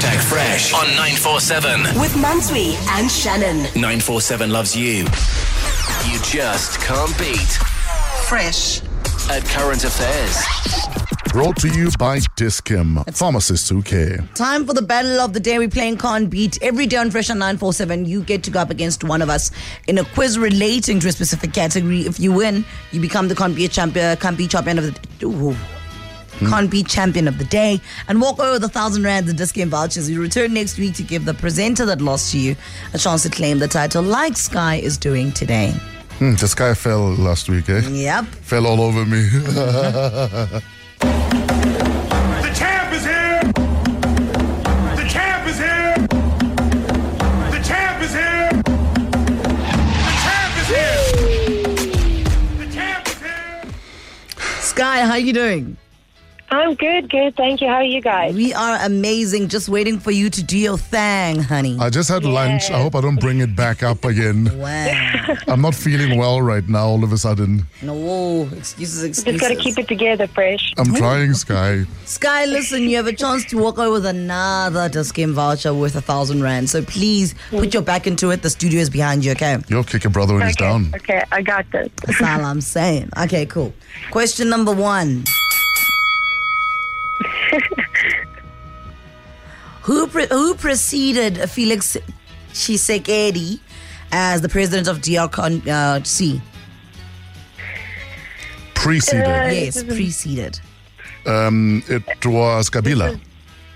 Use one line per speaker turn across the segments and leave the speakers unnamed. Fresh on 947.
With Mansui and Shannon.
947 loves you. You just can't beat
Fresh.
at current affairs.
Brought to you by Diskim, pharmacist who care.
Time for the battle of the day. We're playing Can't Beat. Every day on Fresh on 947, you get to go up against one of us in a quiz relating to a specific category. If you win, you become the Can't Beat champion, Can't Beat champion of the ooh, Can't Beat champion of the day and walk over the thousand rand the discount vouchers. You return next week to give the presenter that lost to you a chance to claim the title like Sky is doing today.
Hmm, this guy fell last week, eh?
Yep.
Fell all over me.
The champ is here! The champ is here! The champ is here! The champ is here! The champ is here!
Sky, how you doing?
I'm good, good. Thank you. How are you guys?
We are amazing. Just waiting for you to do your thing, honey.
I just had lunch. I hope I don't bring it back up again.
Wow.
I'm not feeling well right now, all of a sudden.
No, whoa. excuses, excuses.
Just got to keep it together, fresh.
I'm trying, Sky.
Sky, listen, you have a chance to walk away with another Disc Game voucher worth a thousand rand. So please
Mm.
put your back into it. The studio is behind you, okay?
You'll kick a brother when he's
okay,
down.
okay, I got this.
That's all I'm saying. Okay, cool. Question number one. who pre- who preceded Felix Tshisekedi as the president of uh, DRC?
Preceded.
Yes, preceded.
Um,
Uh,
it was Kabila.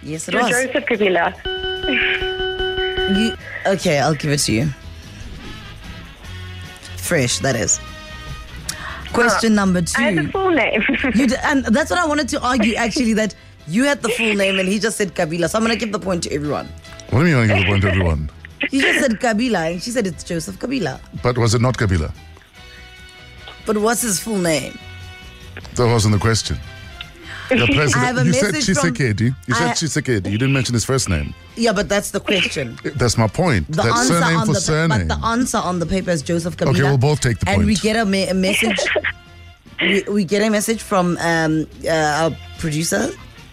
Yes, it was.
Joseph Kabila.
You, okay, I'll give it to you. Fresh, that is. Question number
Uh, I had the
two.
full name.
You d- and that's what I wanted to argue actually that you had the full name and he just said Kabila. So I'm gonna give the point to everyone.
What do you mean I give a point to everyone?
He just said Kabila and she said it's Joseph Kabila.
But was it not Kabila?
But what's his full name?
That wasn't the question. The president.
I have a
you said
message from-
Chisekedi. You said
I-
Chisekedi. You didn't mention his first name.
Yeah, but that's the question.
That's my point.
The
that
answer
surname
on
for
the
surname.
but the answer on the paper is Joseph Kabila.
Okay, we'll both take the
and we
point.
get a, me- a message. we, we get a message from um, uh, our producer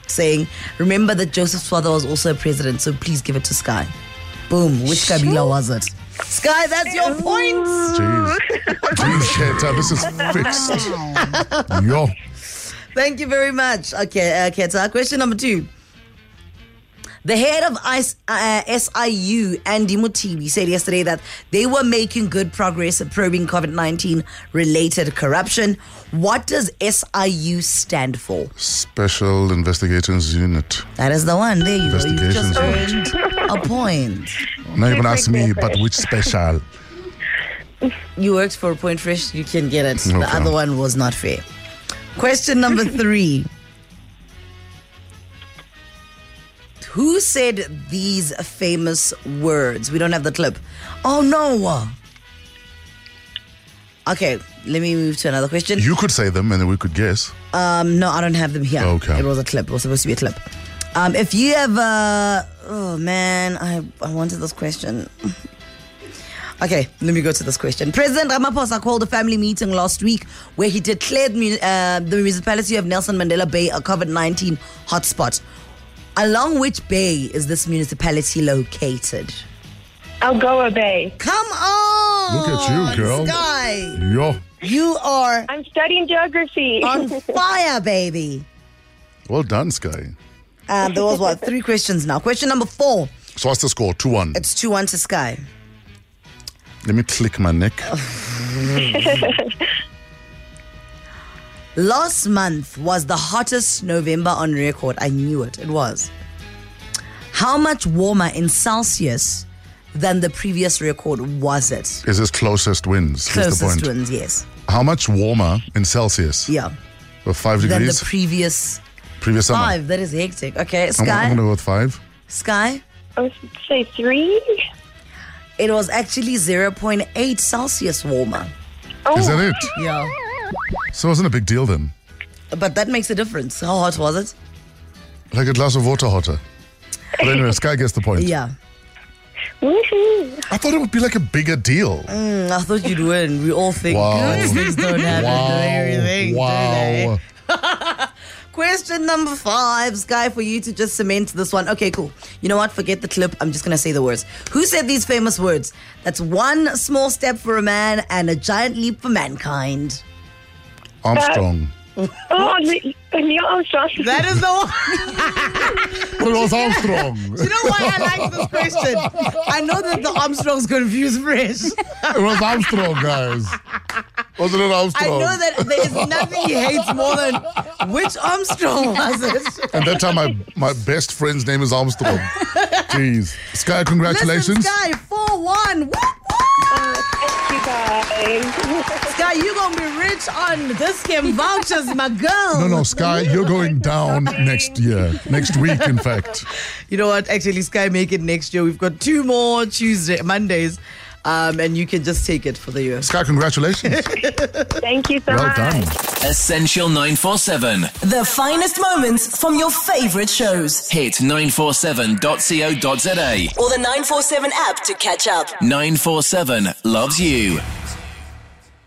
saying, "Remember that Joseph's father was also a president, so please give it to Sky." Boom. Which Kabila was it? Sky, that's your point.
Jeez. Jeez, Keta, this is fixed. Yo.
Thank you very much. Okay, uh, Keta. Question number two. The head of ICE, uh, SIU, Andy Mutibi, said yesterday that they were making good progress at probing COVID 19 related corruption. What does SIU stand for?
Special Investigations Unit.
That is the one. There you go. You
Investigations
just earned a point.
Now you're going to ask me, but which special?
You worked for a point fresh, you can get it.
Okay.
The other one was not fair. Question number three. Who said these famous words? We don't have the clip. Oh no. Okay, let me move to another question.
You could say them and then we could guess.
Um, no, I don't have them here.
Okay.
It was a clip. It was supposed to be a clip. Um, if you have a, oh man, I, I wanted this question. Okay, let me go to this question. President Ramaphosa called a family meeting last week where he declared mu- uh, the municipality of Nelson Mandela Bay a COVID 19 hotspot. Along which bay is this municipality located?
Algoa Bay.
Come on!
Look at you, girl.
Sky,
Yo.
you are
I'm studying geography.
on fire, baby.
Well done, Sky.
Um, there was what three questions now. Question number four.
So what's the score? 2 1.
It's two one to Sky.
Let me click my neck.
Oh. Last month was the hottest November on record. I knew it. It was. How much warmer in Celsius than the previous record was it?
Is this closest wins? Is the
Closest
point.
twins, yes.
How much warmer in Celsius?
Yeah.
With five
Than the
degrees?
previous
Previous summer?
five. That is hectic. Okay,
I'm,
Sky.
going to go with five.
Sky.
I would say three.
It was actually 0.8 Celsius warmer.
Oh,
Is that it?
Yeah.
So it wasn't a big deal then.
But that makes a difference. How hot was it?
Like a glass of water hotter. But anyway, Sky gets the point.
Yeah.
woohoo.
I thought it would be like a bigger deal.
I thought you'd win. We all think
Wow.
good things don't happen.
Wow.
Everything, do
wow.
they? Question number five, Sky, for you to just cement this one. Okay, cool. You know what? Forget the clip. I'm just going to say the words. Who said these famous words? That's one small step for a man and a giant leap for mankind.
Armstrong.
Oh, Ne- Neil Armstrong.
That is the one.
But it was Armstrong.
You know why I like this question? I know that the Armstrong's confused fresh.
It was Armstrong, guys. Wasn't it
I
Armstrong?
know that there is nothing he hates more than which Armstrong was it?
And that time, my, my best friend's name is Armstrong. Jeez. Sky,
Listen,
congratulations.
Sky, 4 1. Whoop, whoop.
Thank you guys.
Sky, you going to be rich on this game vouchers, my girl.
No, no, Sky, you're going down next year. Next week, in fact.
You know what? Actually, Sky, make it next year. We've got two more Tuesday, Mondays, um, and you can just take it for the year.
Sky, congratulations.
Thank you so
Well
much.
done.
Essential 947.
The finest moments from your favorite shows.
Hit 947.co.za.
Or the 947 app to catch up.
947 loves you.